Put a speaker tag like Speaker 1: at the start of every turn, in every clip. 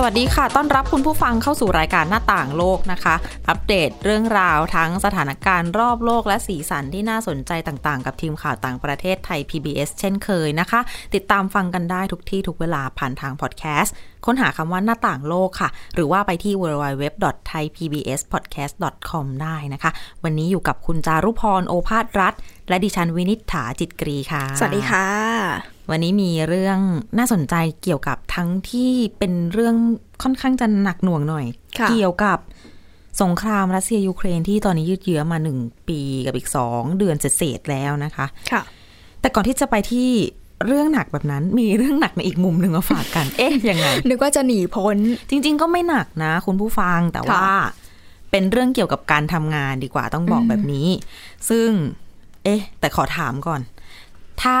Speaker 1: สวัสดีค่ะ ต้อนรับคุณผู้ฟังเข้าสู่รายการหน้าต่างโลกนะคะ อัปเดตเรื่องราวทั้งสถานการณ์รอบโลกและสีสันที่น่าสนใจต่างๆ กับทีมข่าวต่างประเทศไทย PBS เช่นเคยนะคะ ติดตามฟังกันได้ทุกที่ทุกเวลาผ่านทางพอดแคสต์ ค้นหาคำว่าหน้าต่างโลกค่ะ หรือว่าไปที่ www.thaipbspodcast.com ได้นะคะ วันนี้อยู่กับคุณจารุพรโอภาสรัฐ และดิฉันวินิษฐาจิตกรีค่ะ
Speaker 2: สวัสดีค่ะ
Speaker 1: วันนี้มีเรื่องน่าสนใจเกี่ยวกับทั้งที่เป็นเรื่องค่อนข้างจะหนักหน่วงหน่อย
Speaker 2: ค่ะ
Speaker 1: เกี่ยวกับสงครามรัสเซียยูเครนที่ตอนนี้ยืดเยื้อมาหนึ่งปีกับอีกสองเดือนเศษๆแล้วนะคะ
Speaker 2: ค่ะ
Speaker 1: แต่ก่อนที่จะไปที่เรื่องหนักแบบนั้นมีเรื่องหนักในอีกมุมหนึ่งมาฝากกัน เอ๊ะยังไง
Speaker 2: นึกว่าจะหนีพ้น
Speaker 1: จริง ๆ ก็ไม่หนักนะ คุณผู้ฟังแต่ว่า เป็นเรื่องเกี่ยวกับการทำงานดีกว่าต้องบอก
Speaker 2: อืม
Speaker 1: แบบนี้ ซึ่ง เอ๊ะ แต่ขอถามก่อน ถ้า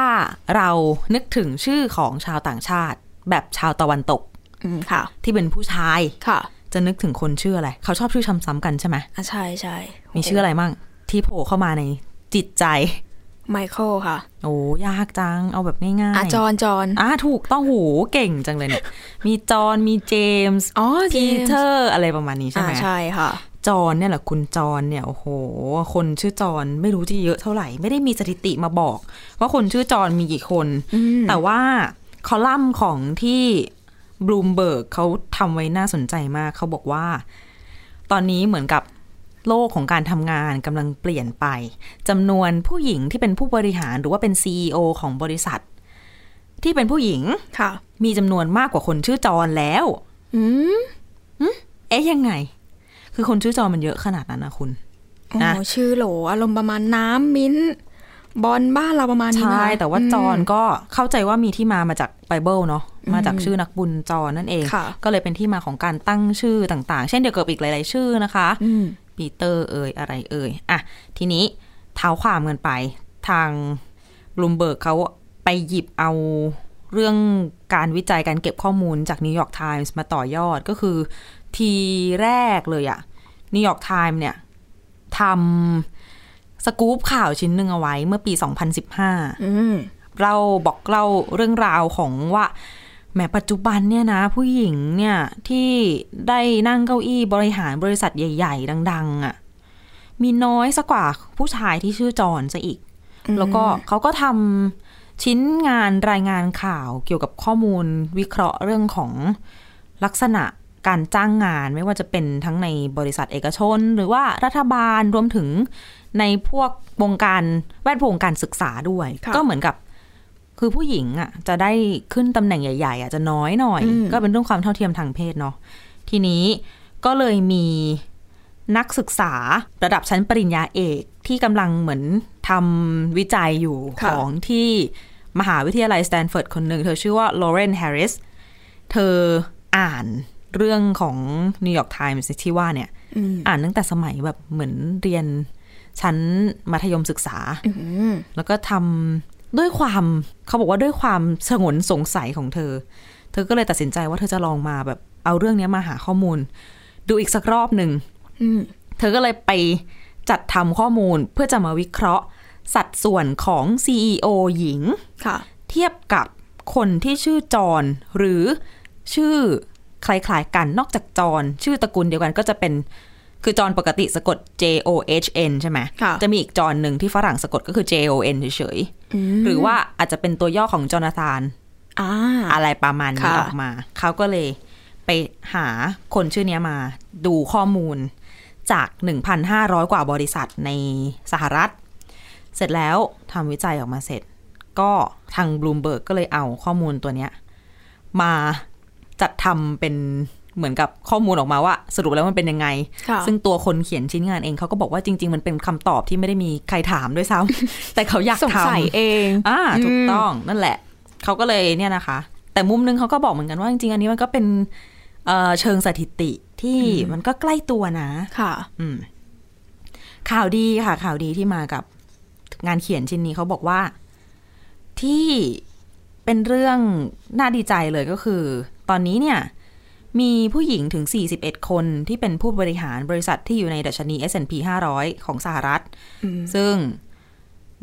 Speaker 1: เรานึกถึงชื่อของชาวต่างชาติ แบบชาวตะวันตก
Speaker 2: อืมค่ะ
Speaker 1: ที่เป็นผู้ชาย
Speaker 2: ค่ะ
Speaker 1: จะนึกถึงคนชื่ออะไร เขาชอบชื่อซ้ำๆกันใช่ไหม
Speaker 2: อ่ะใช่ใช่
Speaker 1: มีชื่ออะไรมั่งที่โผล่เข้ามาในจิตใจ
Speaker 2: ไมเคิลค่ะ
Speaker 1: โอ้ยากจังเอาแบบง่าย
Speaker 2: อ่ะ จอนจอน
Speaker 1: อ่ะถูกต้องหูเก่งจังเลยเนี่ย มีจอห์นมีเจมส์
Speaker 2: อ๋อ
Speaker 1: พีเต
Speaker 2: อ
Speaker 1: อร์อะไรประมาณนี้ใช่
Speaker 2: อ่ะ
Speaker 1: ไหม
Speaker 2: ใช่ค่ะ
Speaker 1: จอนเนี่ยแหละคุณจอนเนี่ยโอ้โห คนชื่อจอนไม่รู้ที่เยอะเท่าไหร่ ไม่ได้มีสถิติมาบอก ว่าคนชื่อจอนมีกี่คน
Speaker 2: อืม
Speaker 1: แต่ว่าคอลัมน์ของที่บลูมเบิร์กเขาทำไว้น่าสนใจมากเขาบอกว่า ตอนนี้เหมือนกับโลกของการทำงานกำลังเปลี่ยนไปจำนวนผู้หญิงที่เป็นผู้บริหารหรือว่าเป็น CEO ของบริษัท ที่เป็นผู้หญิง
Speaker 2: ค่ะ
Speaker 1: มีจำนวนมากกว่าคนชื่อจอนแล้ว
Speaker 2: อืม
Speaker 1: เอ๊ะยังไง คือคนชื่อจอนมันเยอะขนาดนั้นนะคุณ
Speaker 2: โอ้
Speaker 1: นะ
Speaker 2: ชื่อโหลอารมณ์ประมาณน้ำมิ้นท์บอลบ้านเราประมาณนี้นะ
Speaker 1: ใช่ แต่ว่าจอน
Speaker 2: ม
Speaker 1: ก็เข้าใจว่ามีที่มามาจากไบเบิลเนาะมาจาก
Speaker 2: อืม
Speaker 1: ชื่อนักบุญจอนนั่นเอง
Speaker 2: ค่ะ
Speaker 1: ก็เลยเป็นที่มาของการตั้งชื่อต่างๆ เช่นเดียวกับอีกหลาย ๆ ชื่อนะคะ
Speaker 2: อืม
Speaker 1: ปีเตอร์เอ่ยอะไรเอ่ยอ่ะทีนี้เท้าความกันไปทางบลูมเบิร์กเขาไปหยิบเอาเรื่องการวิจัยการเก็บข้อมูลจากนิวยอร์กไทมส์มาต่อยอดก็คือ ทีแรกเลยอะนิวยอร์กไทม์เนี่ยทำสกู๊ปข่าวชิ้นหนึ่งเอาไว้เมื่อปี 2015
Speaker 2: อืม
Speaker 1: เราบอกเล่าเรื่องราวของว่าแหมปัจจุบันเนี่ยนะ ผู้หญิงเนี่ยที่ได้นั่งเก้าอี้บริหารบริษัทใหญ่ ๆ ดัง ๆอะ่ะมีน้อยสักกว่าผู้ชายที่ชื่อจอนซะอีก แล้วก็เขาก็ทำชิ้นงานรายงานข่าวเกี่ยวกับข้อมูลวิเคราะห์เรื่องของลักษณะการจ้างงานไม่ว่าจะเป็นทั้งในบริษัทเอกชน หรือว่ารัฐบาลรวมถึงในพวกวงการแวดวงการศึกษาด้วย
Speaker 2: ะ
Speaker 1: ก็เหมือนกับ คือผู้หญิงอ่ะจะได้ขึ้นตำแหน่งใหญ่ ๆอ่ะจะน้อยหน่อย
Speaker 2: อืม
Speaker 1: ก็เป็นเรื่องความเท่าเทียมทางเพศเนาะทีนี้ก็เลยมีนักศึกษาระดับชั้นปริญญาเอกที่กำลังเหมือนทำวิจัยอยู่
Speaker 2: ค่ะ
Speaker 1: ของที่มหาวิทยาลัยสแตนฟอร์ดคนหนึ่ง เธอชื่อว่าลอเรนแฮริส เธออ่านเรื่องของนิวยอร์กไทมส์ที่ว่าเนี่ย
Speaker 2: อืม
Speaker 1: อ่านตั้งแต่สมัยแบบเหมือนเรียนชั้นมัธยมศึกษา
Speaker 2: อืม
Speaker 1: แล้วก็ทำด้วยความเขาบอกว่าด้วยความสงวนสงสัยของเธอ เธอก็เลยตัดสินใจว่าเธอจะลองมาแบบเอาเรื่องเนี้ยมาหาข้อมูล ดูอีกสักรอบหนึ่ง
Speaker 2: อืม
Speaker 1: เธอก็เลยไปจัดทำข้อมูลเพื่อจะมาวิเคราะห์ สัดส่วนของ CEO หญิง
Speaker 2: ค่ะ
Speaker 1: เทียบกับคนที่ชื่อจอนหรือชื่อคล้ายๆกันนอกจากจอนชื่อตระกูลเดียวกันก็จะเป็น คือจอนปกติสะกด J O H N ใช่ไหม
Speaker 2: ค่ะ
Speaker 1: จะมีอีกจอนหนึ่งที่ฝรั่งสะกดก็คือ J O N เฉย
Speaker 2: ม
Speaker 1: ๆ หรือว่าอาจจะเป็นตัวย่อของจอนาธาน
Speaker 2: อ่า
Speaker 1: อะไรประมาณนี้
Speaker 2: ค่ะ
Speaker 1: ออกมา เขาก็เลยไปหาคนชื่อเนี้ยมาดูข้อมูลจาก 1,500 กว่าบริษัทในสหรัฐ เสร็จแล้วทำวิจัยออกมาเสร็จ ก็ทางบลูมเบิร์กก็เลยเอาข้อมูลตัวเนี้ย มาจัดทำเป็นเหมือนกับข้อมูลออกมาว่า สรุปแล้วมันเป็นยังไง
Speaker 2: ค่ะ
Speaker 1: ซึ่งตัวคนเขียนชิ้นงานเองเขาก็บอกว่าจริง ๆ มันเป็นคำตอบที่ไม่ได้มีใครถามด้วยซ้ำ แต่เขาอยาก
Speaker 2: สง
Speaker 1: ทำ
Speaker 2: สัยเอง
Speaker 1: อ่า
Speaker 2: อืม
Speaker 1: ถูกต้องนั่นแหละ เขาก็เลยเนี่ยนะคะ แต่มุมนึงเขาก็บอกเหมือนกันว่าจริงๆอันนี้มันก็เป็นเอ่อเชิงสถิติที่มันก็ใกล้ตัวนะ
Speaker 2: ค่ะ
Speaker 1: อืม ข่าวดีค่ะ ข่าวดีที่มากับงานเขียนชิ้นนี้เขาบอกว่า ที่เป็นเรื่องน่าดีใจเลยก็คือ ตอนนี้เนี่ย มีผู้หญิงถึง 41 คนที่เป็นผู้บริหารบริษัทที่อยู่ในดัชนี S&P 500 ของสหรัฐ
Speaker 2: อืม
Speaker 1: ซึ่ง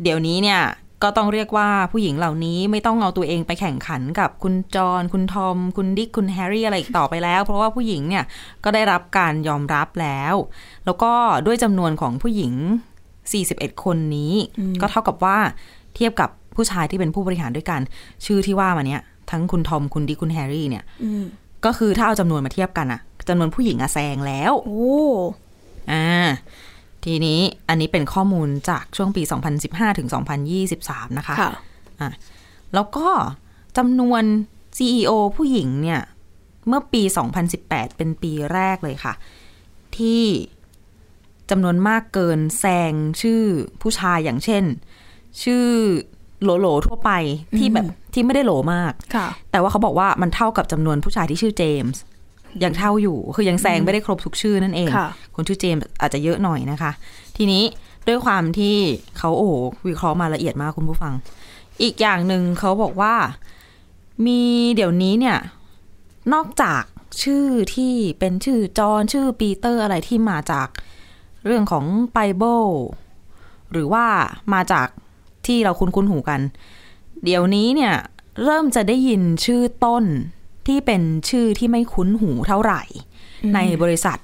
Speaker 1: เดี๋ยวนี้เนี่ยก็ต้องเรียกว่าผู้หญิงเหล่านี้ไม่ต้องเอาตัวเองไปแข่งขันกับคุณจอห์นคุณทอม คุณดิกคุณแฮร์รี่อะไรอีกต่อไปแล้ว เพราะว่าผู้หญิงเนี่ยก็ได้รับการยอมรับแล้ว แล้วก็ด้วยจำนวนของผู้หญิง 41 คนนี้ ก็เท่ากับว่าเทียบกับผู้ชายที่เป็นผู้บริหารด้วยกัน ชื่อที่ว่ามาเนี่ยทั้งคุณทอมคุณดิกคุณแฮร์รี่เนี่ย
Speaker 2: อืม
Speaker 1: ก็คือถ้าเอาจำนวนมาเทียบกันอะจำนวนผู้หญิงอะแซงแล้ว
Speaker 2: โอ้
Speaker 1: อ่าทีนี้อันนี้เป็นข้อมูลจากช่วงปี 2015 ถึง 2023 นะคะ
Speaker 2: ค่ะ
Speaker 1: แล้วก็จำนวน CEO ผู้หญิงเนี่ย เมื่อปี 2018 เป็นปีแรกเลยค่ะ ที่จำนวนมากเกินแซงชื่อผู้ชายอย่างเช่น ชื่อโหลโหลๆทั่วไปที่แบบที่ไม่ได้โหลมาก
Speaker 2: ค่ะ
Speaker 1: แต่ว่าเขาบอกว่ามันเท่ากับจำนวนผู้ชายที่ชื่อเจมส์ยังเท่าอยู่คือยังแซงไม่ได้ครบทุกชื่อนั่นเอง
Speaker 2: ค่ะ
Speaker 1: คนชื่อเจมส์อาจจะเยอะหน่อยนะคะ ทีนี้ด้วยความที่เขาโอ้โหวิเคราะห์มาละเอียดมากคุณผู้ฟัง อีกอย่างหนึ่งเขาบอกว่ามีเดี๋ยวนี้เนี่ย นอกจากชื่อที่เป็นชื่อจอห์นชื่อปีเตอร์อะไรที่มาจากเรื่องของไบเบิลหรือว่ามาจากที่เราคุ้นคุ้นๆหูกัน เดี๋ยวนี้เนี่ย เริ่มจะได้ยินชื่อต้นที่เป็นชื่อที่ไม่คุ้นหูเท่าไหร่ ในบริษัท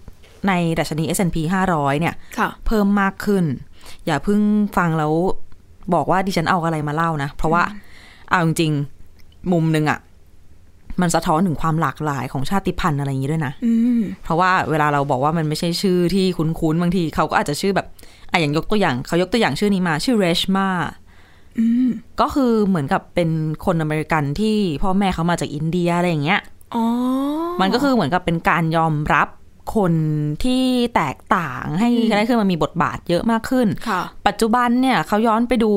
Speaker 1: ในดัชนี S&P 500 เนี่ย
Speaker 2: ค่ะ
Speaker 1: เพิ่มมากขึ้น อย่าเพิ่งฟังแล้วบอกว่าดิฉันเอาอะไรมาเล่านะ เพราะว่าเอาจริงๆมุมหนึ่งอะมันสะท้อนถึงความหลากหลายของชาติพันธุ์อะไรอย่างนี้ด้วยนะ
Speaker 2: อืม
Speaker 1: เพราะว่าเวลาเราบอกว่ามันไม่ใช่ชื่อที่คุ้นๆบางทีเขาก็อาจจะชื่อแบบอ่ะอย่างยกตัวอย่างเขายกตัวอย่างชื่อนี้มาชื่อเรชมาก็คือเหมือนกับเป็นคนอเมริกันที่พ่อแม่เขามาจากอินเดียอะไรอย่างเงี้ย
Speaker 2: อ๋อ
Speaker 1: มันก็คือเหมือนกับเป็นการยอมรับคนที่แตกต่างให้ได้ขึ้นมามีบทบาทเยอะมากขึ้น
Speaker 2: ค่ะ
Speaker 1: ปัจจุบันเนี่ยเขาย้อนไปดู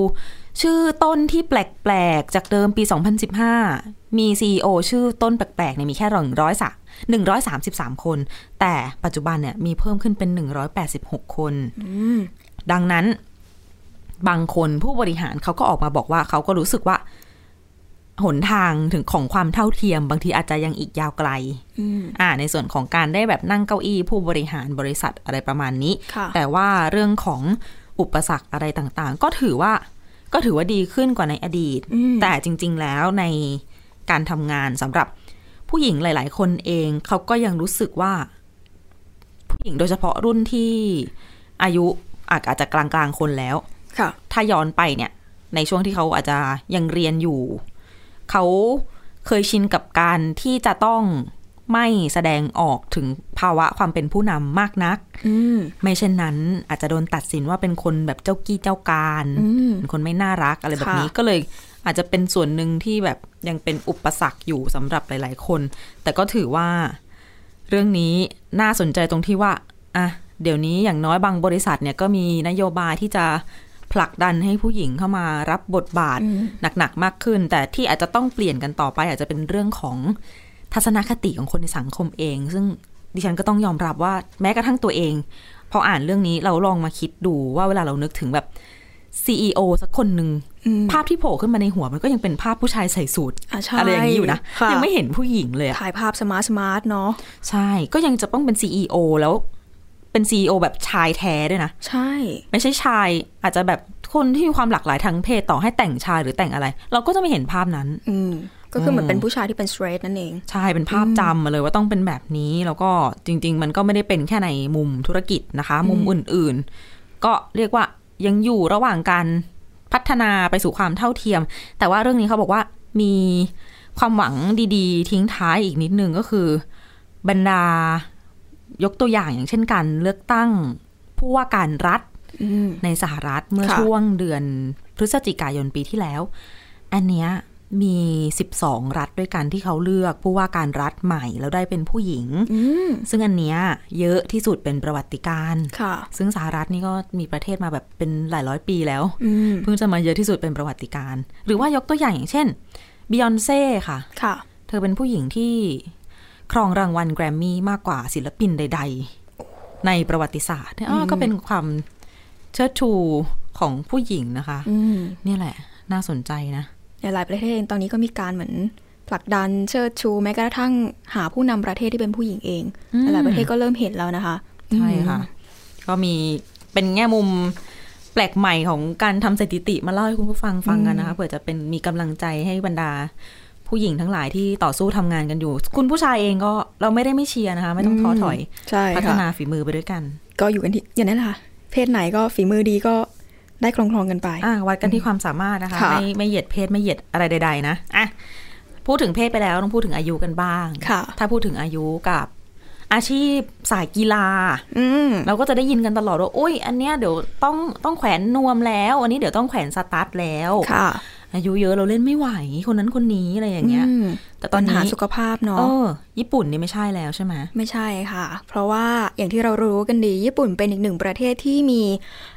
Speaker 1: ชื่อต้นที่แปลกๆ จากเดิมปี 2015 มี CEO ชื่อต้นแปลกๆเนี่ยมีแค่ร้อยสามหนึ่งร้อยสามสิบสามคน แต่ปัจจุบันเนี่ยมีเพิ่มขึ้นเป็น 186 คน ดังนั้นบางคนผู้บริหารเขาก็ออกมาบอกว่าเขาก็รู้สึกว่า หนทางถึงของความเท่าเทียม บางทีอาจจะยังอีกยาวไกล
Speaker 2: อืม
Speaker 1: อ่าในส่วนของการได้แบบนั่งเก้าอี้ผู้บริหารบริษัทอะไรประมาณนี้
Speaker 2: ค่ะ
Speaker 1: แต่ว่าเรื่องของอุปสรรคอะไรต่างๆ ก็ถือว่าก็ถือว่าดีขึ้นกว่าในอดีต แต่จริงๆแล้วในการทำงานสำหรับผู้หญิงหลาย ๆ คนเองเขาก็ยังรู้สึกว่า ผู้หญิงโดยเฉพาะรุ่นที่อายุอาจอาจจะกลางๆคนแล้ว
Speaker 2: ค่ะ
Speaker 1: ถ้าย้อนไปเนี่ย ในช่วงที่เขาอาจจะยังเรียนอยู่ เขาเคยชินกับการที่จะต้องไม่แสดงออกถึงภาวะความเป็นผู้นำมากนัก
Speaker 2: อืม
Speaker 1: ไม่เช่นนั้นอาจจะโดนตัดสินว่าเป็นคนแบบเจ้ากี้เจ้าการ
Speaker 2: อืม
Speaker 1: เป็นคนไม่น่ารักอะไรแบบนี้
Speaker 2: ค่ะ
Speaker 1: ก็เลยอาจจะเป็นส่วนหนึ่งที่แบบยังเป็นอุปสรรคอยู่สำหรับหลาย ๆ คน แต่ก็ถือว่าเรื่องนี้น่าสนใจตรงที่ว่าอ่ะเดี๋ยวนี้อย่างน้อยบางบริษัทเนี่ยก็มีนโยบายที่จะผลักดันให้ผู้หญิงเข้ามารับบทบาทหนัก ๆ มากขึ้น แต่ที่อาจจะต้องเปลี่ยนกันต่อไป อาจจะเป็นเรื่องของทัศนคติของคนในสังคมเอง ซึ่งดิฉันก็ต้องยอมรับว่าแม้กระทั่งตัวเอง พออ่านเรื่องนี้เราลองมาคิดดูว่าเวลาเรานึกถึงแบบ CEO สักคนหนึ่ง
Speaker 2: อืม
Speaker 1: ภาพที่โผล่ขึ้นมาในหัวมันก็ยังเป็นภาพผู้ชายใส่สูท
Speaker 2: อ่ะใช่
Speaker 1: อะไรอย่างนี้อยู่นะ
Speaker 2: ค่ะ
Speaker 1: ยังไม่เห็นผู้หญิงเลยอะ
Speaker 2: ถ่ายภาพสมาร์ทสมาร์ทเนาะ
Speaker 1: ใช่ก็ยังจะต้องเป็น CEO แล้วเป็น CEO แบบชายแท้ด้วยนะ
Speaker 2: ใช่
Speaker 1: ไม่ใช่ชายอาจจะแบบคนที่มีความหลากหลายทางเพศต่อให้แต่งชายหรือแต่งอะไร เราก็จะไม่เห็นภาพนั้น
Speaker 2: อืม ก็คือเหมือนเป็นผู้ชายที่เป็นสเตรทนั่นเอง
Speaker 1: ใช่เป็นภาพจำมาเลยว่าต้องเป็นแบบนี้แล้วก็จริง ๆ มันก็ไม่ได้เป็นแค่ในมุมธุรกิจนะคะ มุมอื่นๆ ก็เรียกว่ายังอยู่ระหว่างการพัฒนาไปสู่ความเท่าเทียม แต่ว่าเรื่องนี้เขาบอกว่ามีความหวังดีๆ ทิ้งท้ายอีกนิดนึงก็คือบรรดายกตัวอย่างอย่างเช่นการเลือกตั้งผู้ว่าการรัฐ
Speaker 2: อืม
Speaker 1: ในสหรัฐเมื่อ
Speaker 2: ค่ะ
Speaker 1: ช่วงเดือนพฤศจิกายนปีที่แล้ว อันเนี้ยมี 12 รัฐด้วยกันที่เขาเลือกผู้ว่าการรัฐใหม่แล้วได้เป็นผู้หญิง
Speaker 2: อืม
Speaker 1: ซึ่งอันเนี้ยเยอะที่สุดเป็นประวัติการณ์
Speaker 2: ค่ะ
Speaker 1: ซึ่งสหรัฐนี่ก็มีประเทศมาแบบเป็นหลายร้อยปีแล้ว
Speaker 2: อืม
Speaker 1: เพิ่งจะมาเยอะที่สุดเป็นประวัติการณ์หรือว่ายกตัวอย่างอย่างเช่นบิยอนเซ่ค่ะ
Speaker 2: ค่ะ
Speaker 1: เธอเป็นผู้หญิงที่ครองรางวัลแกรมมี่มากกว่าศิลปินใด ๆ ในประวัติศาสตร์เนี่ยอ้อก็เป็นความเชิดชูของผู้หญิงนะคะ
Speaker 2: อืม
Speaker 1: เนี่ยแหละ น่าสนใจนะ
Speaker 2: หลายๆประเทศเองตอนนี้ก็มีการเหมือน ผลักดันเชิดชู แม้กระทั่งหาผู้นำประเทศที่เป็นผู้หญิงเอง
Speaker 1: อืม
Speaker 2: หลายๆประเทศก็เริ่มเห็นแล้วนะคะ
Speaker 1: ใช่ค่ะ ก็มีเป็นแง่มุมแปลกใหม่ของการทำสถิติมาเล่าให้คุณผู้ฟังฟังกันนะคะเผื่อจะเป็นมีกำลังใจให้บรรดา ผู้หญิงทั้งหลายที่ต่อสู้ทำงานกันอยู่ คุณผู้ชายเองก็เราไม่ได้ไม่เชียร์นะคะ ไม่ต้องท้อถอย
Speaker 2: ใช่
Speaker 1: พัฒ
Speaker 2: ค่ะ
Speaker 1: นาฝีมือไปด้วยกัน
Speaker 2: ก็อยู่กันที่อย่างนั้นแหละค่ะเพศไหนก็ฝีมือดีก็ได้ครองครองๆกันไป
Speaker 1: อ่ะวัดกันที่ความสามารถนะคะ
Speaker 2: ค่ะ
Speaker 1: ไม่ไม่เหยียดเพศไม่เหยียดอะไรใด ๆ นะอ่ะพูดถึงเพศไปแล้วต้องพูดถึงอายุกันบ้าง
Speaker 2: ค่ะ
Speaker 1: ถ้าพูดถึงอายุกับ อาชีพสายกีฬา
Speaker 2: อืม
Speaker 1: เราก็จะได้ยินกันตลอดว่าอุ้ยอันเนี้ยเดี๋ยวต้องต้องแขวนนวมแล้ว อันนี้เดี๋ยวต้องแขวนสตาร์ทแล้ว
Speaker 2: ค่ะ
Speaker 1: อายุเยอะเราเล่นไม่ไหว คนนั้นคนนี้อะไรอย่างเงี้ย
Speaker 2: ม
Speaker 1: แต่ตอน
Speaker 2: ปัญ
Speaker 1: นี้
Speaker 2: หาสุขภาพเนาะ
Speaker 1: เออญี่ปุ่นนี่ไม่ใช่แล้วใช่ไหม
Speaker 2: ไม่ใช่ค่ะ เพราะว่าอย่างที่เรารู้กันดี ญี่ปุ่นเป็นอีกหนึ่งประเทศที่มี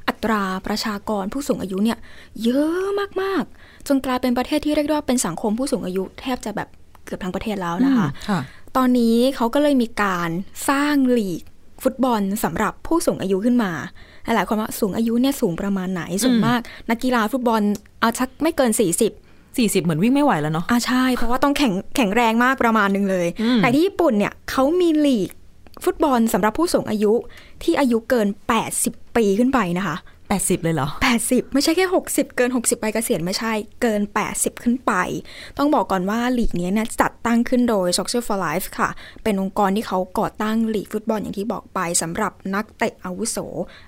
Speaker 2: อัตราประชากรผู้สูงอายุเนี่ยเยอะมากๆ จนกลายเป็นประเทศที่เรียกได้ว่าเป็นสังคมผู้สูงอายุ แทบจะแบบเกือบทั้งประเทศแล้วนะคะ
Speaker 1: ค่ะ
Speaker 2: ตอนนี้เขาก็เลยมีการสร้างลีกฟุตบอลสำหรับผู้สูงอายุขึ้นมาหลายๆคนว่าสูงอายุเนี่ยสูงประมาณไหนส่วน
Speaker 1: อืม
Speaker 2: มากนักกีฬาฟุตบอลเอาชักไม่เกิน 40
Speaker 1: สี่สิบเหมือนวิ่งไม่ไหวแล้วเนาะ
Speaker 2: อ่าใช่ เพราะว่าต้องแข็งแข็งแรงมากประมาณหนึ่งเลย
Speaker 1: อืม
Speaker 2: แต่ที่ญี่ปุ่นเนี่ยเขามีลีกฟุตบอลสำหรับผู้สูงอายุที่อายุเกิน 80 ปีขึ้นไปนะคะ
Speaker 1: แปดสิบเลยเหรอ
Speaker 2: 80 ไม่ใช่แค่ 60 เกิน 60 ไปเกษียณไม่ใช่เกิน 80 ขึ้นไป ต้องบอกก่อนว่าลีกเนี้ยเนี่ยจัดตั้งขึ้นโดย Soccer for Life ค่ะ เป็นองค์กรที่เขาก่อตั้งลีกฟุตบอลอย่างที่บอกไปสำหรับนักเตะอาวุโส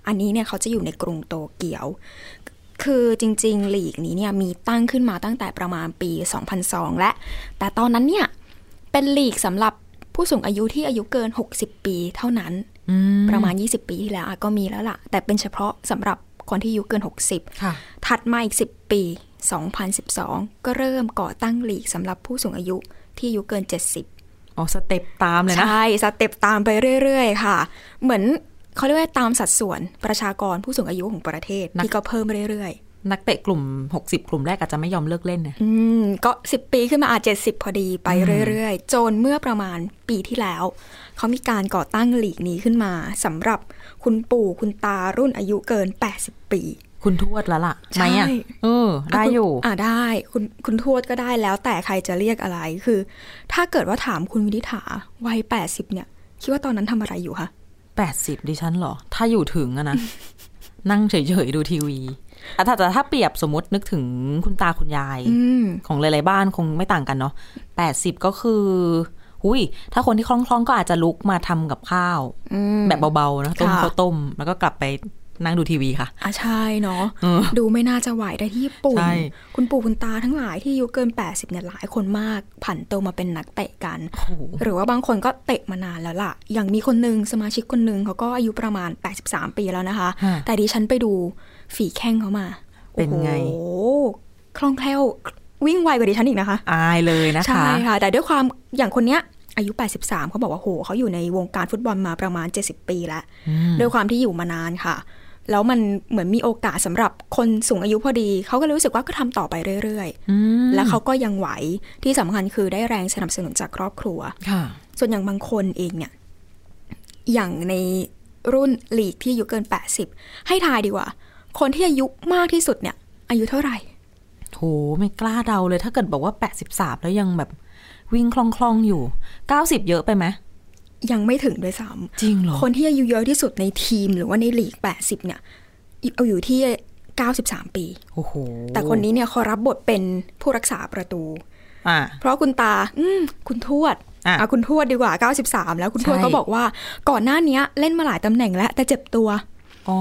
Speaker 2: อันนี้เนี่ยเขาจะอยู่ในกรุงโตเกียว คือจริงๆลีกนี้เนี่ยมีตั้งขึ้นมาตั้งแต่ประมาณปี 2002 และ แต่ตอนนั้นเนี่ยเป็นลีกสำหรับผู้สูงอายุที่อายุเกิน 60 ปีเท่านั้น
Speaker 1: อืม
Speaker 2: ประมาณ 20 ปีที่แล้วอะก็มีแล้วล่ะ แต่เป็นเฉพาะสำหรับคนที่อายุเกิน
Speaker 1: ค่ะ
Speaker 2: 60 ถัดมาอีก 10 ปี 2012 ก็เริ่มก่อตั้งลีกสำหรับผู้สูงอายุที่อายุเกิน 70
Speaker 1: อ๋อสเต็ปตามเลยนะ
Speaker 2: ใช่สเต็ปตามไปเรื่อยๆ ค่ะ เหมือนเขาเรียกว่าตามสัดส่วนประชากรผู้สูงอายุของประเทศ
Speaker 1: นัก
Speaker 2: ที่ก็เพิ่มเรื่อยๆ
Speaker 1: นักเตะกลุ่ม 60 กลุ่มแรกอาจจะไม่ยอมเลิกเล่นนะ
Speaker 2: อืมก็สิบปีขึ้นมาอาจเจ็ดสิบพอดีไป
Speaker 1: อืม
Speaker 2: เรื่อยๆ จนเมื่อประมาณปีที่แล้ว เขามีการก่อตั้งลีกนี้ขึ้นมาสำหรับคุณปู่คุณตารุ่นอายุเกิน 80 ปี
Speaker 1: คุณทวดแล้วล่ะ
Speaker 2: ใช่
Speaker 1: ไหมอ่ะเออ ได้อยู่
Speaker 2: คุณอ่าได้คุณคุณทวดก็ได้แล้วแต่ใครจะเรียกอะไรคือ ถ้าเกิดว่าถามคุณวินิฐาวัย 80 เนี่ย คิดว่าตอนนั้นทำอะไรอยู่คะ
Speaker 1: 80 ดิฉันเหรอ ถ้าอยู่ถึงอะ นะ นั่งเฉยๆ ดูทีวีอ่ะถ้าแต่ถ้าเปรียบสมมตินึกถึงคุณตาคุณยาย
Speaker 2: อืม
Speaker 1: ของหลายๆบ้านคงไม่ต่างกันเนาะ80 ก็คือหุยถ้าคนที่คล่องๆ ก็อาจจะลุกมาทำกับข้าว
Speaker 2: อืม
Speaker 1: แบบเบาๆนะต้ม
Speaker 2: ค่ะ
Speaker 1: ข้าวต้ม แล้วก็กลับไปนั่งดูทีวีค่ะ
Speaker 2: อ่ะใช่เนาะ
Speaker 1: เออ
Speaker 2: ดูไม่น่าจะไหวได้ที่ญี่ปุ่น
Speaker 1: ใช่
Speaker 2: คุณปู่คุณตาทั้งหลายที่อายุเกิน 80เนี่ยหลายคนมากผันตัวมาเป็นนักเตะกัน
Speaker 1: โอ้โห
Speaker 2: หรือว่าบางคนก็เตะมานานแล้วล่ะ อย่างมีคนหนึ่งสมาชิกคนหนึ่งเขาก็อายุประมาณ 83 ปีแล้วนะคะ
Speaker 1: ค่ะ
Speaker 2: แต่ดิฉันไปดูฝีแข้งเขามา
Speaker 1: เป็นไง
Speaker 2: โอ้โหคล่องแคล่ววิ่งไวกว่าดิฉันอีกนะคะ
Speaker 1: อายเลยนะคะ
Speaker 2: ใช่ค่ะ แต่ด้วยความอย่างคนเนี้ยอายุ 83 เขาบอกว่าโหเขาอยู่ในวงการฟุตบอลมาประมาณ 70 ปีแล้ว
Speaker 1: อืม
Speaker 2: ด้วยความที่อยู่มานานค่ะ แล้วมันเหมือนมีโอกาสสำหรับคนสูงอายุพอดี เขาก็เลยรู้สึกว่าก็ทำต่อไปเรื่อย
Speaker 1: อืม
Speaker 2: ๆ แล้วเขาก็ยังไหวที่สำคัญคือได้แรงสนับสนุนจากครอบครัว
Speaker 1: ค่ะ
Speaker 2: ส่วนอย่างบางคนเองเนี่ย อย่างในรุ่นลีกที่อายุเกิน 80 ให้ทายดีกว่า คนที่อายุมากที่สุดเนี่ย อายุเท่าไหร่
Speaker 1: โหไม่กล้าเดาเลยถ้าเกิดบอกว่า 83 แล้วยังแบบวิ่งคล่องๆอยู่ 90 เยอะไปไหม
Speaker 2: ยังไม่ถึงด้วยซ้
Speaker 1: จริงเหรอ
Speaker 2: ำคนที่อายุเยอะที่สุดในทีมหรือว่าในลีก 80 เนี่ย เอาอยู่ที่ 93 ปี
Speaker 1: โอ้โห
Speaker 2: แต่คนนี้เนี่ยเขารับบทเป็นผู้รักษาประตู
Speaker 1: อ่ะ
Speaker 2: เพราะคุณตา อืม คุณทวด
Speaker 1: อ่ะ
Speaker 2: ะคุณทวดดีกว่า 93 แล้วคุณทวด
Speaker 1: ใช่
Speaker 2: ก็บอกว่า ก่อนหน้าเนี้ยเล่นมาหลายตำแหน่งแล้ว แต่เจ็บตัว
Speaker 1: อ๋อ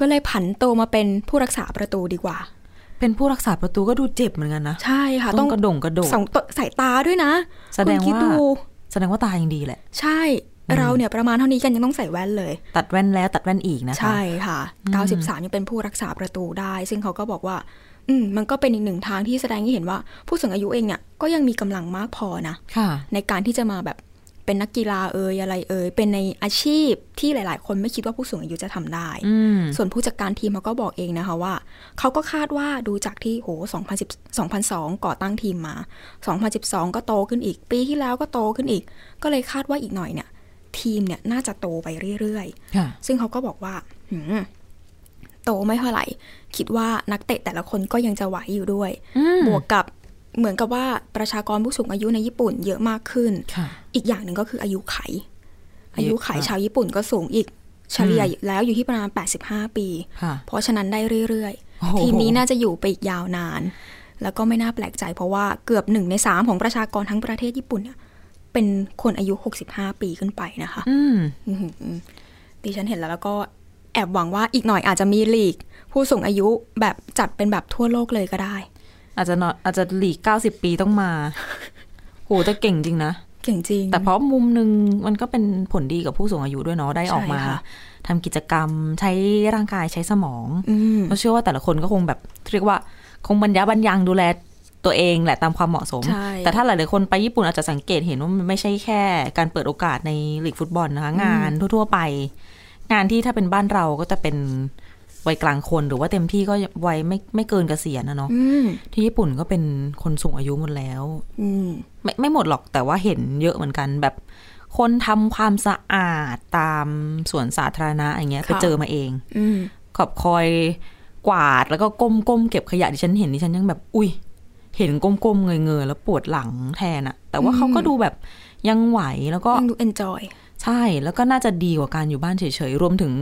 Speaker 2: ก็เลยผันโตวมาเป็นผู้รักษาประตูดีกว่า
Speaker 1: เป็นผู้รักษาประตูก็ดูเจ็บเหมือนกันนะ
Speaker 2: ใช่ค่ะ
Speaker 1: ต้
Speaker 2: ต้
Speaker 1: อ
Speaker 2: อง ง
Speaker 1: กระโดงกระโดด
Speaker 2: ส่องตสายตาด้วยนะ
Speaker 1: แสดง
Speaker 2: คุณคิ
Speaker 1: ว่า
Speaker 2: ดู
Speaker 1: แสดงว่าตายังดีแหละ
Speaker 2: ใช่เราเนี่ยประมาณเท่านี้กันยังต้องใส่แว่นเลย
Speaker 1: ตัดแว่นแล้วตัดแว่นอีกนะคะ
Speaker 2: ใช่ค่ะ 93 ยังเป็นผู้รักษาประตูได้ ซึ่งเขาก็บอกว่า อืมมันก็เป็นอีกหนึ่งทางที่แสดงให้เห็นว่า ผู้สูงอายุเองเนี่ยก็ยังมีกำลังมากพอนะ
Speaker 1: ค่ะ
Speaker 2: ในการที่จะมาแบบเป็นนักกีฬาเอ่ยอะไรเอ่ยเป็นในอาชีพที่หลาย ๆ คนไม่คิดว่าผู้สูงอายุจะทำได้
Speaker 1: อืม
Speaker 2: ส่วนผู้จัดการทีมเขาก็บอกเองนะคะว่า เขาก็คาดว่าดูจากที่โห2010 2002 ก่อตั้งทีมมา 2012 ก็โตขึ้นอีก ปีที่แล้วก็โตขึ้นอีก ก็เลยคาดว่าอีกหน่อยเนี่ย ทีมเนี่ยน่าจะโตไปเรื่อย ๆ
Speaker 1: ค่ะ
Speaker 2: ซึ่งเขาก็บอกว่าหืมโตไม่เท่าไหร่ คิดว่านักเตะแต่ละคนก็ยังจะไหวอยู่ด้วย
Speaker 1: อืม
Speaker 2: บวกกับ เหมือนกับว่าประชากรผู้สูงอายุในญี่ปุ่นเยอะมากขึ้น
Speaker 1: ค่ะ
Speaker 2: อีกอย่างหนึ่งก็คืออายุไข อายุไข
Speaker 1: เยอะค่ะ
Speaker 2: ชาวญี่ปุ่นก็สูงอีกเฉลี่ยแล้วอยู่ที่ประมาณ 85 ปี
Speaker 1: ค่ะ
Speaker 2: เพราะฉะนั้นได้เรื่อย
Speaker 1: โอ้โห
Speaker 2: ๆ ทีมนี้น่าจะอยู่ไปอีกยาวนาน แล้วก็ไม่น่าแปลกใจเพราะว่าเกือบหนึ่งในสามของประชากรทั้งประเทศญี่ปุ่นเนี่ยเป็นคนอายุ 65 ปีขึ้นไปนะคะ
Speaker 1: อืม
Speaker 2: อื้อหือดิฉันเห็นแล้วแล้วก็แอบหวังว่าอีกหน่อยอาจจะมีลีก ผู้สูงอายุแบบจัดเป็นแบบทั่วโลกเลยก็ได้
Speaker 1: อาจจะนอนอาจจะหลีกเก้าสิบปีต้อง มาโหแต่เก่งจริงนะ
Speaker 2: เก่งจริง
Speaker 1: แต่เพราะมุมหนึ่งมันก็เป็นผลดีกับผู้สูงอายุด้วยเนาะได้ออกมา
Speaker 2: ใช่ค่ะ
Speaker 1: ทำกิจกรรมใช้ร่างกายใช้สมอง
Speaker 2: อืม
Speaker 1: เราเชื่อว่าแต่ละคนก็คงแบบเรียกว่าคงบรรยะบรรยังดูแลตัวเองแหละตามความเหมาะสม
Speaker 2: ใช่
Speaker 1: แต่ถ้าหลายๆคนไปญี่ปุ่นอาจจะสังเกตเห็นว่ามันไม่ใช่แค่การเปิดโอกาสในลีกฟุตบอลนะคะงานทั่วๆไป งานที่ถ้าเป็นบ้านเราก็จะเป็นวัยกลางคนหรือว่าเต็มที่ก็วัยไม่ไม่เกินเกษียณนะเนาะ
Speaker 2: อืม
Speaker 1: ที่ญี่ปุ่นก็เป็นคนสูงอายุหมดแล้ว
Speaker 2: อืม
Speaker 1: ไม่ไม่หมดหรอกแต่ว่าเห็นเยอะเหมือนกันแบบ คนทำความสะอาดตามสวนสาธารณะอย่างเงี้ย
Speaker 2: ค่ะ
Speaker 1: ไปเจอมาเอง
Speaker 2: อืม
Speaker 1: ขอบคอยกวาดแล้วก็ก้มก้มเก็บขยะดิฉันเห็นดิฉันยังแบบ อุ้ย เห็นก้มก้มเงยเงยๆแล้วปวดหลังแทนอะแต่ว่า
Speaker 2: อืม
Speaker 1: เขาก็ดูแบบยังไหวแล้วก็
Speaker 2: ยังดู enjoy
Speaker 1: ใช่แล้วก็น่าจะดีกว่าการอยู่บ้านเฉยๆรวมถึง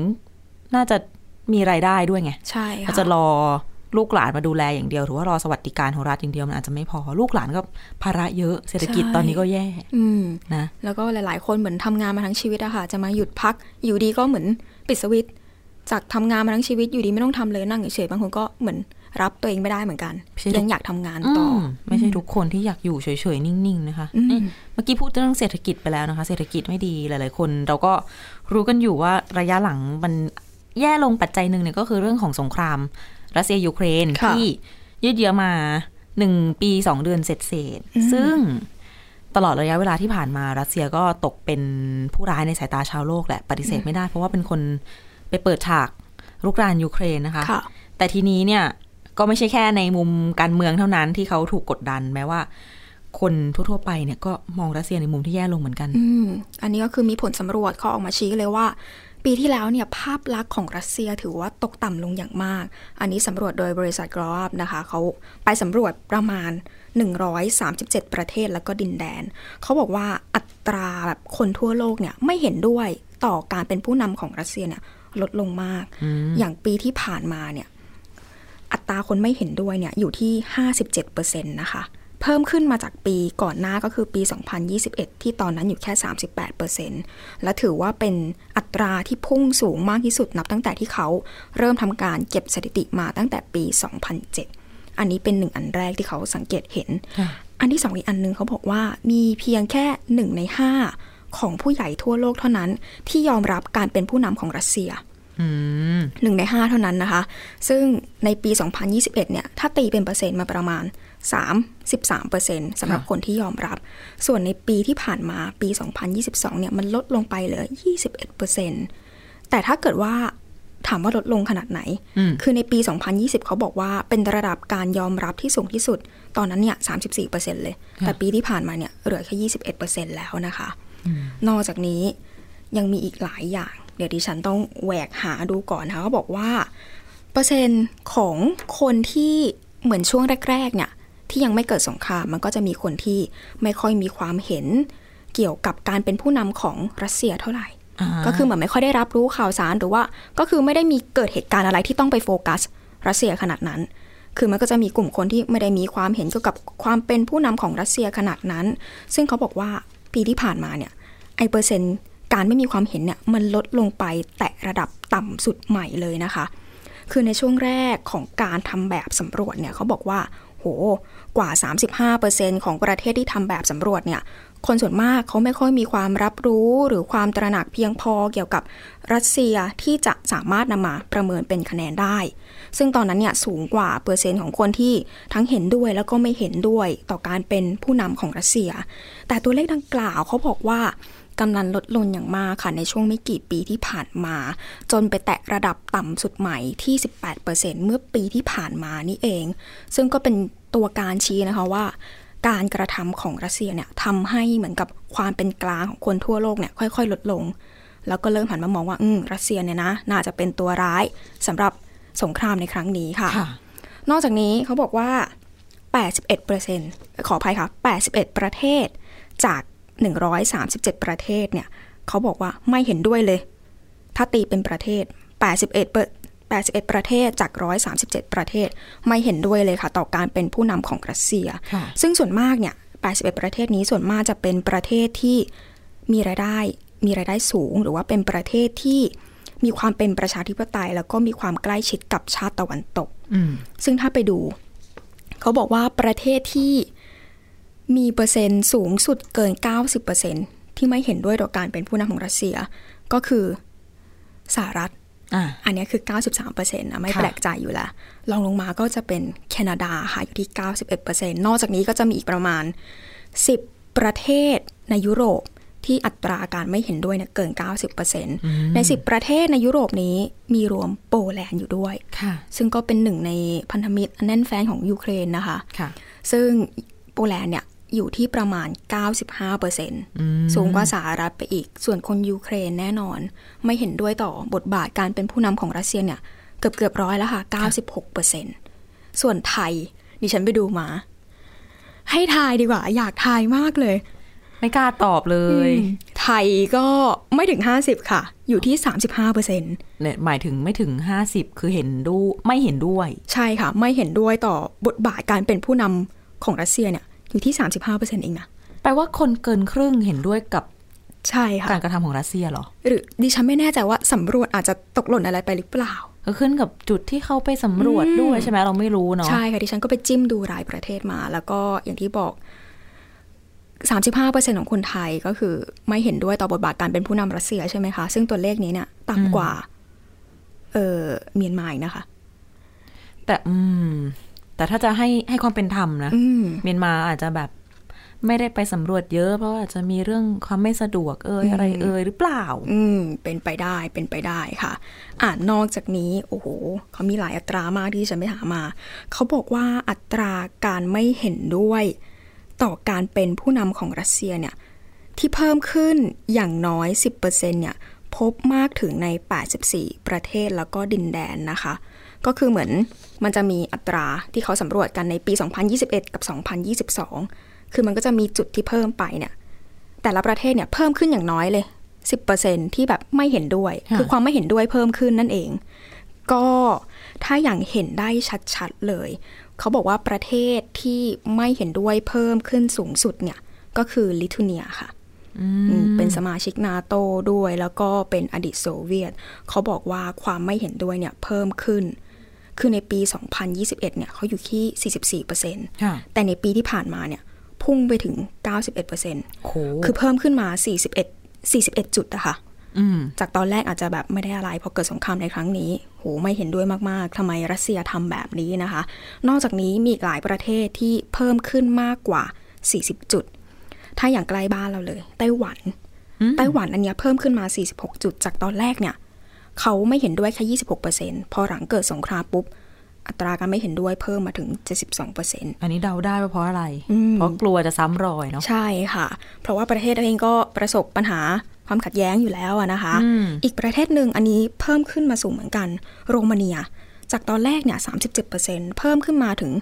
Speaker 1: น่าจะมีรายได้ด้วยไง
Speaker 2: ใช่
Speaker 1: อาจ
Speaker 2: ค่ะ
Speaker 1: จะรอลูกหลานมาดูแลอย่างเดียว หรือว่ารอสวัสดิการของรัฐอย่างเดียวมันอาจจะไม่พอลูกหลานก็ภาระเยอะเศรษฐกิจ
Speaker 2: ใช่
Speaker 1: ตอนนี้ก็แย่
Speaker 2: อืม
Speaker 1: นะ
Speaker 2: แล้วก็หลาย ๆ คนเหมือนทำงานมาทั้งชีวิตอะค่ะ จะมาหยุดพัก อยู่ดีก็เหมือนปิดสวิตช์จากทำงานมาทั้งชีวิตอยู่ดีไม่ต้องทำเลยนั่งเฉยๆบางคนก็เหมือนรับตัวเองไม่ได้เหมือนกัน
Speaker 1: ใช่ทุก
Speaker 2: ยังอยากทำงาน
Speaker 1: ต่
Speaker 2: ต่
Speaker 1: อ
Speaker 2: อ
Speaker 1: อไม่ใช่ทุกคนที่อยากอยู่เฉยๆ นิ่งๆนะคะ
Speaker 2: อืม
Speaker 1: นี่เมื่อกี้พูดเรื่องเศรษฐกิจไปแล้วนะคะ เศรษฐกิจไม่ดีหลาย ๆ คน เราก็รู้กันอยู่ว่าระยะหลังมันแย่ลงปัจจัยหนึ่งเนี่ยก็คือเรื่องของสงครามรัสเซียยูเครน
Speaker 2: ค่ะ
Speaker 1: ที่ยืดเยื้อมาหนึ่งปีสองเดือนเสร็จเสร็จๆซึ่งตลอดระยะเวลาที่ผ่านมารัสเซียก็ตกเป็นผู้ร้ายในสายตาชาวโลกแหละปฏิเสธไม่ได้ เพราะว่าเป็นคนไปเปิดฉากรุกรานยูเครนนะคะ
Speaker 2: ค่ะ
Speaker 1: แต่ทีนี้เนี่ยก็ไม่ใช่แค่ในมุมการเมืองเท่านั้นที่เขาถูกกดดันแม้ว่า คนทั่วๆไปเนี่ยก็มองรัสเซียในมุมที่แย่ลงเหมือนกัน
Speaker 2: อืม อันนี้ก็คือมีผลสำรวจเขาออกมาชี้เลยว่า ปีที่แล้วเนี่ยภาพลักษณ์ของรัสเซียถือว่าตกต่ำลงอย่างมาก อันนี้สำรวจโดยบริษัทกรอบนะคะเขาไปสำรวจประมาณ 137 ประเทศแล้วก็ดินแดน เขาบอกว่าอัตราแบบคนทั่วโลกเนี่ยไม่เห็นด้วยต่อการเป็นผู้นำของรัสเซียเนี่ยลดลงมาก อย่างปีที่ผ่านมาเนี่ย อัตราคนไม่เห็นด้วยเนี่ยอยู่ที่ 57%นะคะ เพิ่มขึ้นมาจากปีก่อนหน้าก็คือปี 2021 ที่ตอนนั้นอยู่แค่ 38%และถือว่าเป็นอัตราที่พุ่งสูงมากที่สุดนับตั้งแต่ที่เขาเริ่มทำการเก็บสถิติมาตั้งแต่ปี 2007 อันนี้เป็นหนึ่งอันแรกที่เขาสังเกตเห็น
Speaker 1: ค่ะ
Speaker 2: อันที่สองอีกอันหนึงเขาบอกว่ามีเพียงแค่หนึ่งในห้าของผู้ใหญ่ทั่วโลกเท่านั้น ที่ยอมรับการเป็นผู้นำของรัสเซีย
Speaker 1: อืม
Speaker 2: หนึ่งในห้าเท่านั้นนะคะ ซึ่งในปี 2021 เนี่ย ถ้าตีเป็นเปอร์เซ็นต์มาประมาณ 33เปอร์เซ็นต์สำหรับคนที่ยอมรับ ส่วนในปีที่ผ่านมาปี 2022 เนี่ย มันลดลงไปเหลือ 21เปอร์เซ็นต์แต่ถ้าเกิดว่าถามว่าลดลงขนาดไหน
Speaker 1: อืม
Speaker 2: คือในปี 2020 เขาบอกว่าเป็นระดับการยอมรับที่สูงที่สุด ตอนนั้นเนี่ย 34%เลย แต่ปีที่ผ่านมาเนี่ย เหลือแค่ 21%แล้วนะคะ นอกจากนี้ยังมีอีกหลายอย่าง เดี๋ยวดิฉันต้องแหวกหาดูก่อนนะคะเขาบอกว่า เปอร์เซ็นต์ของคนที่เหมือนช่วงแรก ๆ เนี่ย ที่ยังไม่เกิดสงครามมันก็จะมีคนที่ไม่ค่อยมีความเห็นเกี่ยวกับการเป็นผู้นำของรัสเซียเท่าไหร่
Speaker 1: า
Speaker 2: ก็คือเหมือนไม่ค่อยได้รับรู้ข่าวสารหรือว่าก็คือไม่ได้มีเกิดเหตุการณ์อะไรที่ต้องไปโฟกัสรัสเซียขนาดนั้น คือมันก็จะมีกลุ่มคนที่ไม่ได้มีความเห็นเกี่ยวกับความเป็นผู้นำของรัสเซียขนาดนั้น ซึ่งเขาบอกว่าปีที่ผ่านมาเนี่ยไอเปอร์เซ็นต์การไม่มีความเห็นเนี่ยมันลดลงไปแตะระดับต่ำสุดใหม่เลยนะคะ คือในช่วงแรกของการทำแบบสำรวจเนี่ยเขาบอกว่า โห กว่า 35%ของประเทศที่ทำแบบสำรวจเนี่ย คนส่วนมากเขาไม่ค่อยมีความรับรู้หรือความตระหนักเพียงพอเกี่ยวกับรัสเซียที่จะสามารถนำมาประเมินเป็นคะแนนได้ ซึ่งตอนนั้นเนี่ยสูงกว่าเปอร์เซ็นต์ของคนที่ทั้งเห็นด้วยแล้วก็ไม่เห็นด้วยต่อการเป็นผู้นำของรัสเซีย แต่ตัวเลขดังกล่าวเขาบอกว่ากำลังลดลงอย่างมากค่ะในช่วงไม่กี่ปีที่ผ่านมา จนไปแตะระดับต่ำสุดใหม่ที่ 18%เมื่อปีที่ผ่านมานี่เอง ซึ่งก็เป็นตัวการชี้นะคะว่า การกระทำของรัสเซียเนี่ยทำให้เหมือนกับความเป็นกลางของคนทั่วโลกเนี่ยค่อย ๆ ลดลง แล้วก็เริ่มหันมามองว่าอืมรัสเซียเนี่ยนะน่าจะเป็นตัวร้ายสำหรับสงครามในครั้งนี้ค่ะ
Speaker 1: ค่ะ
Speaker 2: นอกจากนี้เขาบอกว่า 81%ขออภัยค่ะ 81 ประเทศจาก 137 ประเทศเนี่ยเขาบอกว่าไม่เห็นด้วยเลย ถ้าตีเป็นประเทศ 81เปอร์81 ประเทศจาก 137 ประเทศ ไม่เห็นด้วยเลยค่ะ ต่อการเป็นผู้นำของรัสเซีย
Speaker 1: ค่ะ
Speaker 2: ซึ่งส่วนมากเนี่ย 81 ประเทศนี้ส่วนมากจะเป็นประเทศที่มีรายได้ มีรายได้สูง หรือว่าเป็นประเทศที่มีความเป็นประชาธิปไตย แล้วก็มีความใกล้ชิดกับชาติตะวันตก
Speaker 1: อืม
Speaker 2: ซึ่งถ้าไปดู เขาบอกว่าประเทศที่มีเปอร์เซ็นต์สูงสุดเกิน 90%ที่ไม่เห็นด้วยต่อการเป็นผู้นำของรัสเซีย ก็คือสหรัฐ
Speaker 1: อ่ะ
Speaker 2: อันเนี้ยคือ 93%นะไม่
Speaker 1: ค่ะ
Speaker 2: แปลกใจอยู่แล้วรองลงมาก็จะเป็นแคนาดาค่ะอยู่ที่ 91%นอกจากนี้ก็จะมีอีกประมาณ 10 ประเทศในยุโรปที่อัตราการไม่เห็นด้วยเนี่ยเกิน 90%ใน 10 ประเทศในยุโรปนี้มีรวมโปแลนด์อยู่ด้วย
Speaker 1: ค่ะ
Speaker 2: ซึ่งก็เป็นหนึ่งในพันธมิตรอันแน่นแฟ้นของยูเครนนะคะ
Speaker 1: ค่ะ
Speaker 2: ซึ่งโปแลนด์เนี่ยอยู่ที่ประมาณ 95%สูงกว่าสหรัฐไปอีก ส่วนคนยูเครนแน่นอน ไม่เห็นด้วยต่อบทบาทการเป็นผู้นำของรัสเซียเนี่ยเกือบเกือบร้อยแล้วค่ะ 96%ส่วนไทย ดิฉันไปดูมา ให้ทายดีกว่า อยากทายมากเลย
Speaker 1: ไม่กล้าตอบเลย
Speaker 2: ไทยก็ไม่ถึง 50 ค่ะ อยู่ที่ 35%
Speaker 1: เนี่ยหมายถึงไม่ถึงห้าสิบคือเห็นดูไม่เห็นด้วย
Speaker 2: ใช่ค่ะ ไม่เห็นด้วยต่อบทบาทการเป็นผู้นำของรัสเซียเนี่ยอยู่ที่ 35%เองนะ
Speaker 1: แปลว่าคนเกินครึ่งเห็นด้วยกับ
Speaker 2: ใช่ค่ะ
Speaker 1: การกระทำของรัสเซียเหรอ
Speaker 2: หรือดิฉันไม่แน่ใจว่าสำรวจอาจจะตกหล่นอะไรไปหรือเปล่า
Speaker 1: ก็ขึ้นกับจุดที่เขาไปสำรวจด้วยใช่ไหมเราไม่รู้เนาะ
Speaker 2: ใช่ค่ะ ดิฉันก็ไปจิ้มดูรายประเทศมา แล้วก็อย่างที่บอก 35%ของคนไทยก็คือไม่เห็นด้วยต่อบทบาทการเป็นผู้นำรัสเซียใช่ไหมคะ ซึ่งตัวเลขนี้เนี่ยต่ำกว่าเออเมียนมาอีกนะคะ
Speaker 1: แต่อืม แต่ถ้าจะให้ให้ความเป็นธรรมนะ
Speaker 2: อืม
Speaker 1: เมียนมาอาจจะแบบไม่ได้ไปสำรวจเยอะ เพราะว่าอาจจะมีเรื่องความไม่สะดวกเอ่ยอะไรเอ่ยหรือเปล่า
Speaker 2: อืม เป็นไปได้ เป็นไปได้ค่ะ อ่านนอกจากนี้ โอ้โห เขามีหลายอัตรามากที่ฉันไปหามา เขาบอกว่าอัตราการไม่เห็นด้วย ต่อการเป็นผู้นำของรัสเซียเนี่ย ที่เพิ่มขึ้นอย่างน้อย 10%เนี่ยพบมากถึงใน 84 ประเทศแล้วก็ดินแดนนะคะ ก็คือเหมือนมันจะมีอัตราที่เขาสำรวจกันในปี 2021 กับ 2022 คือมันก็จะมีจุดที่เพิ่มไปเนี่ย แต่ละประเทศเนี่ยเพิ่มขึ้นอย่างน้อยเลย 10%ที่แบบไม่เห็นด้วย
Speaker 1: ค่ะ
Speaker 2: คือความไม่เห็นด้วยเพิ่มขึ้นนั่นเอง ก็ถ้าอย่างเห็นได้ชัดๆเลย เขาบอกว่าประเทศที่ไม่เห็นด้วยเพิ่มขึ้นสูงสุดเนี่ย ก็คือลิทัวเนียค่ะอืมเป็นสมาชิกนาโตด้วย แล้วก็เป็นอดีตโซเวียต เขาบอกว่าความไม่เห็นด้วยเนี่ยเพิ่มขึ้น คือในปี 2021 เนี่ยเขาอยู่ที่ 44%
Speaker 1: ค่ะ
Speaker 2: แต่ในปีที่ผ่านมาเนี่ยพุ่งไปถึง 91%
Speaker 1: โห
Speaker 2: คือเพิ่มขึ้นมา 41 41 จุดนะคะ
Speaker 1: อืม
Speaker 2: จากตอนแรกอาจจะแบบไม่ได้อะไรพอเกิดสงครามในครั้งนี้ โห ไม่เห็นด้วยมากๆ ทำไมรัสเซียทำแบบนี้นะคะ นอกจากนี้มีอีกหลายประเทศที่เพิ่มขึ้นมากกว่า 40 จุด ถ้าอย่างใกล้บ้านเราเลย ไต้หวัน ไต้หวันอันเนี้ยเพิ่มขึ้นมา 46 จุด จากตอนแรกเนี่ย เขาไม่เห็นด้วยแค่26%พอหลังเกิดสงครามปุ๊บ อัตราการไม่เห็นด้วยเพิ่มมาถึง 72%
Speaker 1: อันนี้เดาได้ว่าเพราะอะไร เพราะกลัวจะซ้ำรอยเนาะ
Speaker 2: ใช่ค่ะ เพราะว่าประเทศเราเองก็ประสบปัญหาความขัดแย้งอยู่แล้วอะนะคะ
Speaker 1: อืม
Speaker 2: อีกประเทศหนึ่งอันนี้เพิ่มขึ้นมาสูงเหมือนกัน โรมาเนีย จากตอนแรกเนี่ย37%เพิ่มขึ้นมาถึง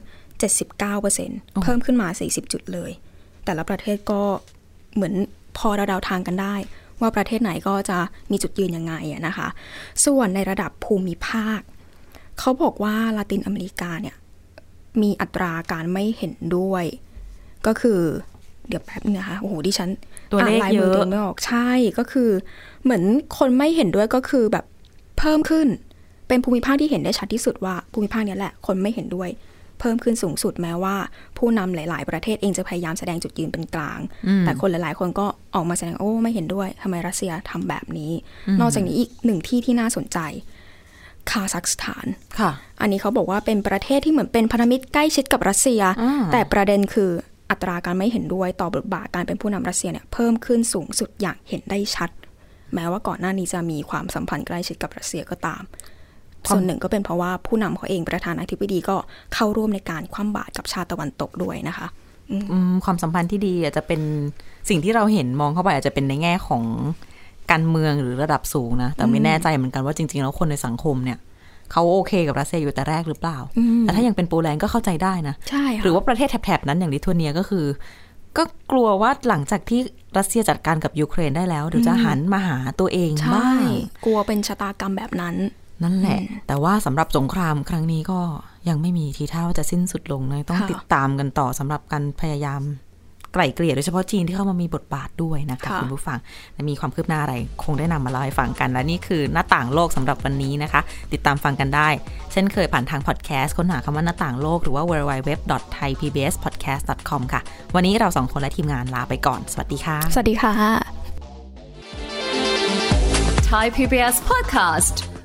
Speaker 2: 79%เพิ่มขึ้นมา 40 จุดเลย แต่ละประเทศก็เหมือนพอเราเดาทางกันได้ ว่าประเทศไหนก็จะมีจุดยืนยังไงอะนะคะ ส่วนในระดับภูมิภาค เขาบอกว่าลาตินอเมริกาเนี่ยมีอัตราการไม่เห็นด้วย ก็คือ เดี๋ยวแป๊บนึงนะคะโอ้โหดิฉัน
Speaker 1: ตัวเลข
Speaker 2: านลายมื
Speaker 1: เยอะ
Speaker 2: ตัวไม่ออกใช่ก็คือ เหมือนคนไม่เห็นด้วยก็คือแบบเพิ่มขึ้น เป็นภูมิภาคที่เห็นได้ชัดที่สุดว่าภูมิภาคเนี้ยแหละคนไม่เห็นด้วย เพิ่มขึ้นสูงสุดแม้ว่า ผู้นำหลาย ๆ ประเทศเองจะพยายามแสดงจุดยืนเป็นกลาง แต่คนหลาย ๆ คนก็ออกมาแสดงโอ้ไม่เห็นด้วยทำไมรัสเซียทำแบบนี้ นอกจากนี้อีกหนึ่งที่ที่น่าสนใจ คาซัคสถาน
Speaker 1: ค่ะ
Speaker 2: อันนี้เขาบอกว่าเป็นประเทศที่เหมือนเป็นพันธมิตรใกล้ชิดกับรัสเซีย
Speaker 1: อ่า
Speaker 2: แต่ประเด็นคืออัตราการไม่เห็นด้วยต่อบทบาทการเป็นผู้นำรัสเซียเนี่ยเพิ่มขึ้นสูงสุดอย่างเห็นได้ชัด แม้ว่าก่อนหน้านี้จะมีความสัมพันธ์ใกล้ชิดกับรัสเซียก็ตาม ส่วนหนึ่งก็เป็นเพราะว่าผู้นำเขาเองประธานาธิบดีก็เข้าร่วมในการคว่ำบาตรกับชาติตะวันตกด้วยนะคะ
Speaker 1: อืมความสัมพันธ์ที่ดีอาจจะเป็นสิ่งที่เราเห็นมองเข้าไปอาจจะเป็นในแง่ของการเมืองหรือระดับสูงนะ แต่ไม่แน่ใจเหมือนกันว่าจริง ๆ แล้วคนในสังคมเนี่ย เขาโอเคกับรัสเซียอยู่แต่แรกหรือเปล่า
Speaker 2: อืม
Speaker 1: แต่ถ้ายังเป็นโปแลนด์ก็เข้าใจได้นะ
Speaker 2: ใช่ค่ะ
Speaker 1: หรือว่าประเทศแถบๆนั้นอย่างลิทัวเนียก็คือ ก็กลัวว่าหลังจากที่รัสเซียจัดการกับยูเครนได้แล้วเดี๋ยวจะหันมาหาตัวเอง
Speaker 2: ใช่
Speaker 1: บ้าง
Speaker 2: กลัวเป็นชะตากรรมแบบนั้น
Speaker 1: นั่นแหละ
Speaker 2: อืม
Speaker 1: แต่ว่าสำหรับสงครามครั้งนี้ก็ยังไม่มีทีท่าว่าจะสิ้นสุดลงนะต้อง
Speaker 2: ค่ะ
Speaker 1: ติดตามกันต่อสำหรับการพยายามไกล่เกลี่ยโดยเฉพาะจีนที่เข้ามามีบทบาทด้วยนะคะคุณผู้ฟังและมีความคืบหน้าอะไรคงได้นำมาเล่าให้ฟังกัน และนี่คือหน้าต่างโลกสำหรับวันนี้นะคะ ติดตามฟังกันได้ เช่นเคยผ่านทางพอดแคสต์ค้นหาคำว่าหน้าต่างโลกหรือว่า www.thaipbspodcast.com ค่ะ วันนี้เราสองคนและทีมงานลาไปก่อน สวัสดีค่ะ
Speaker 2: สวัสดีค่ะ
Speaker 3: Thai PBS podcast.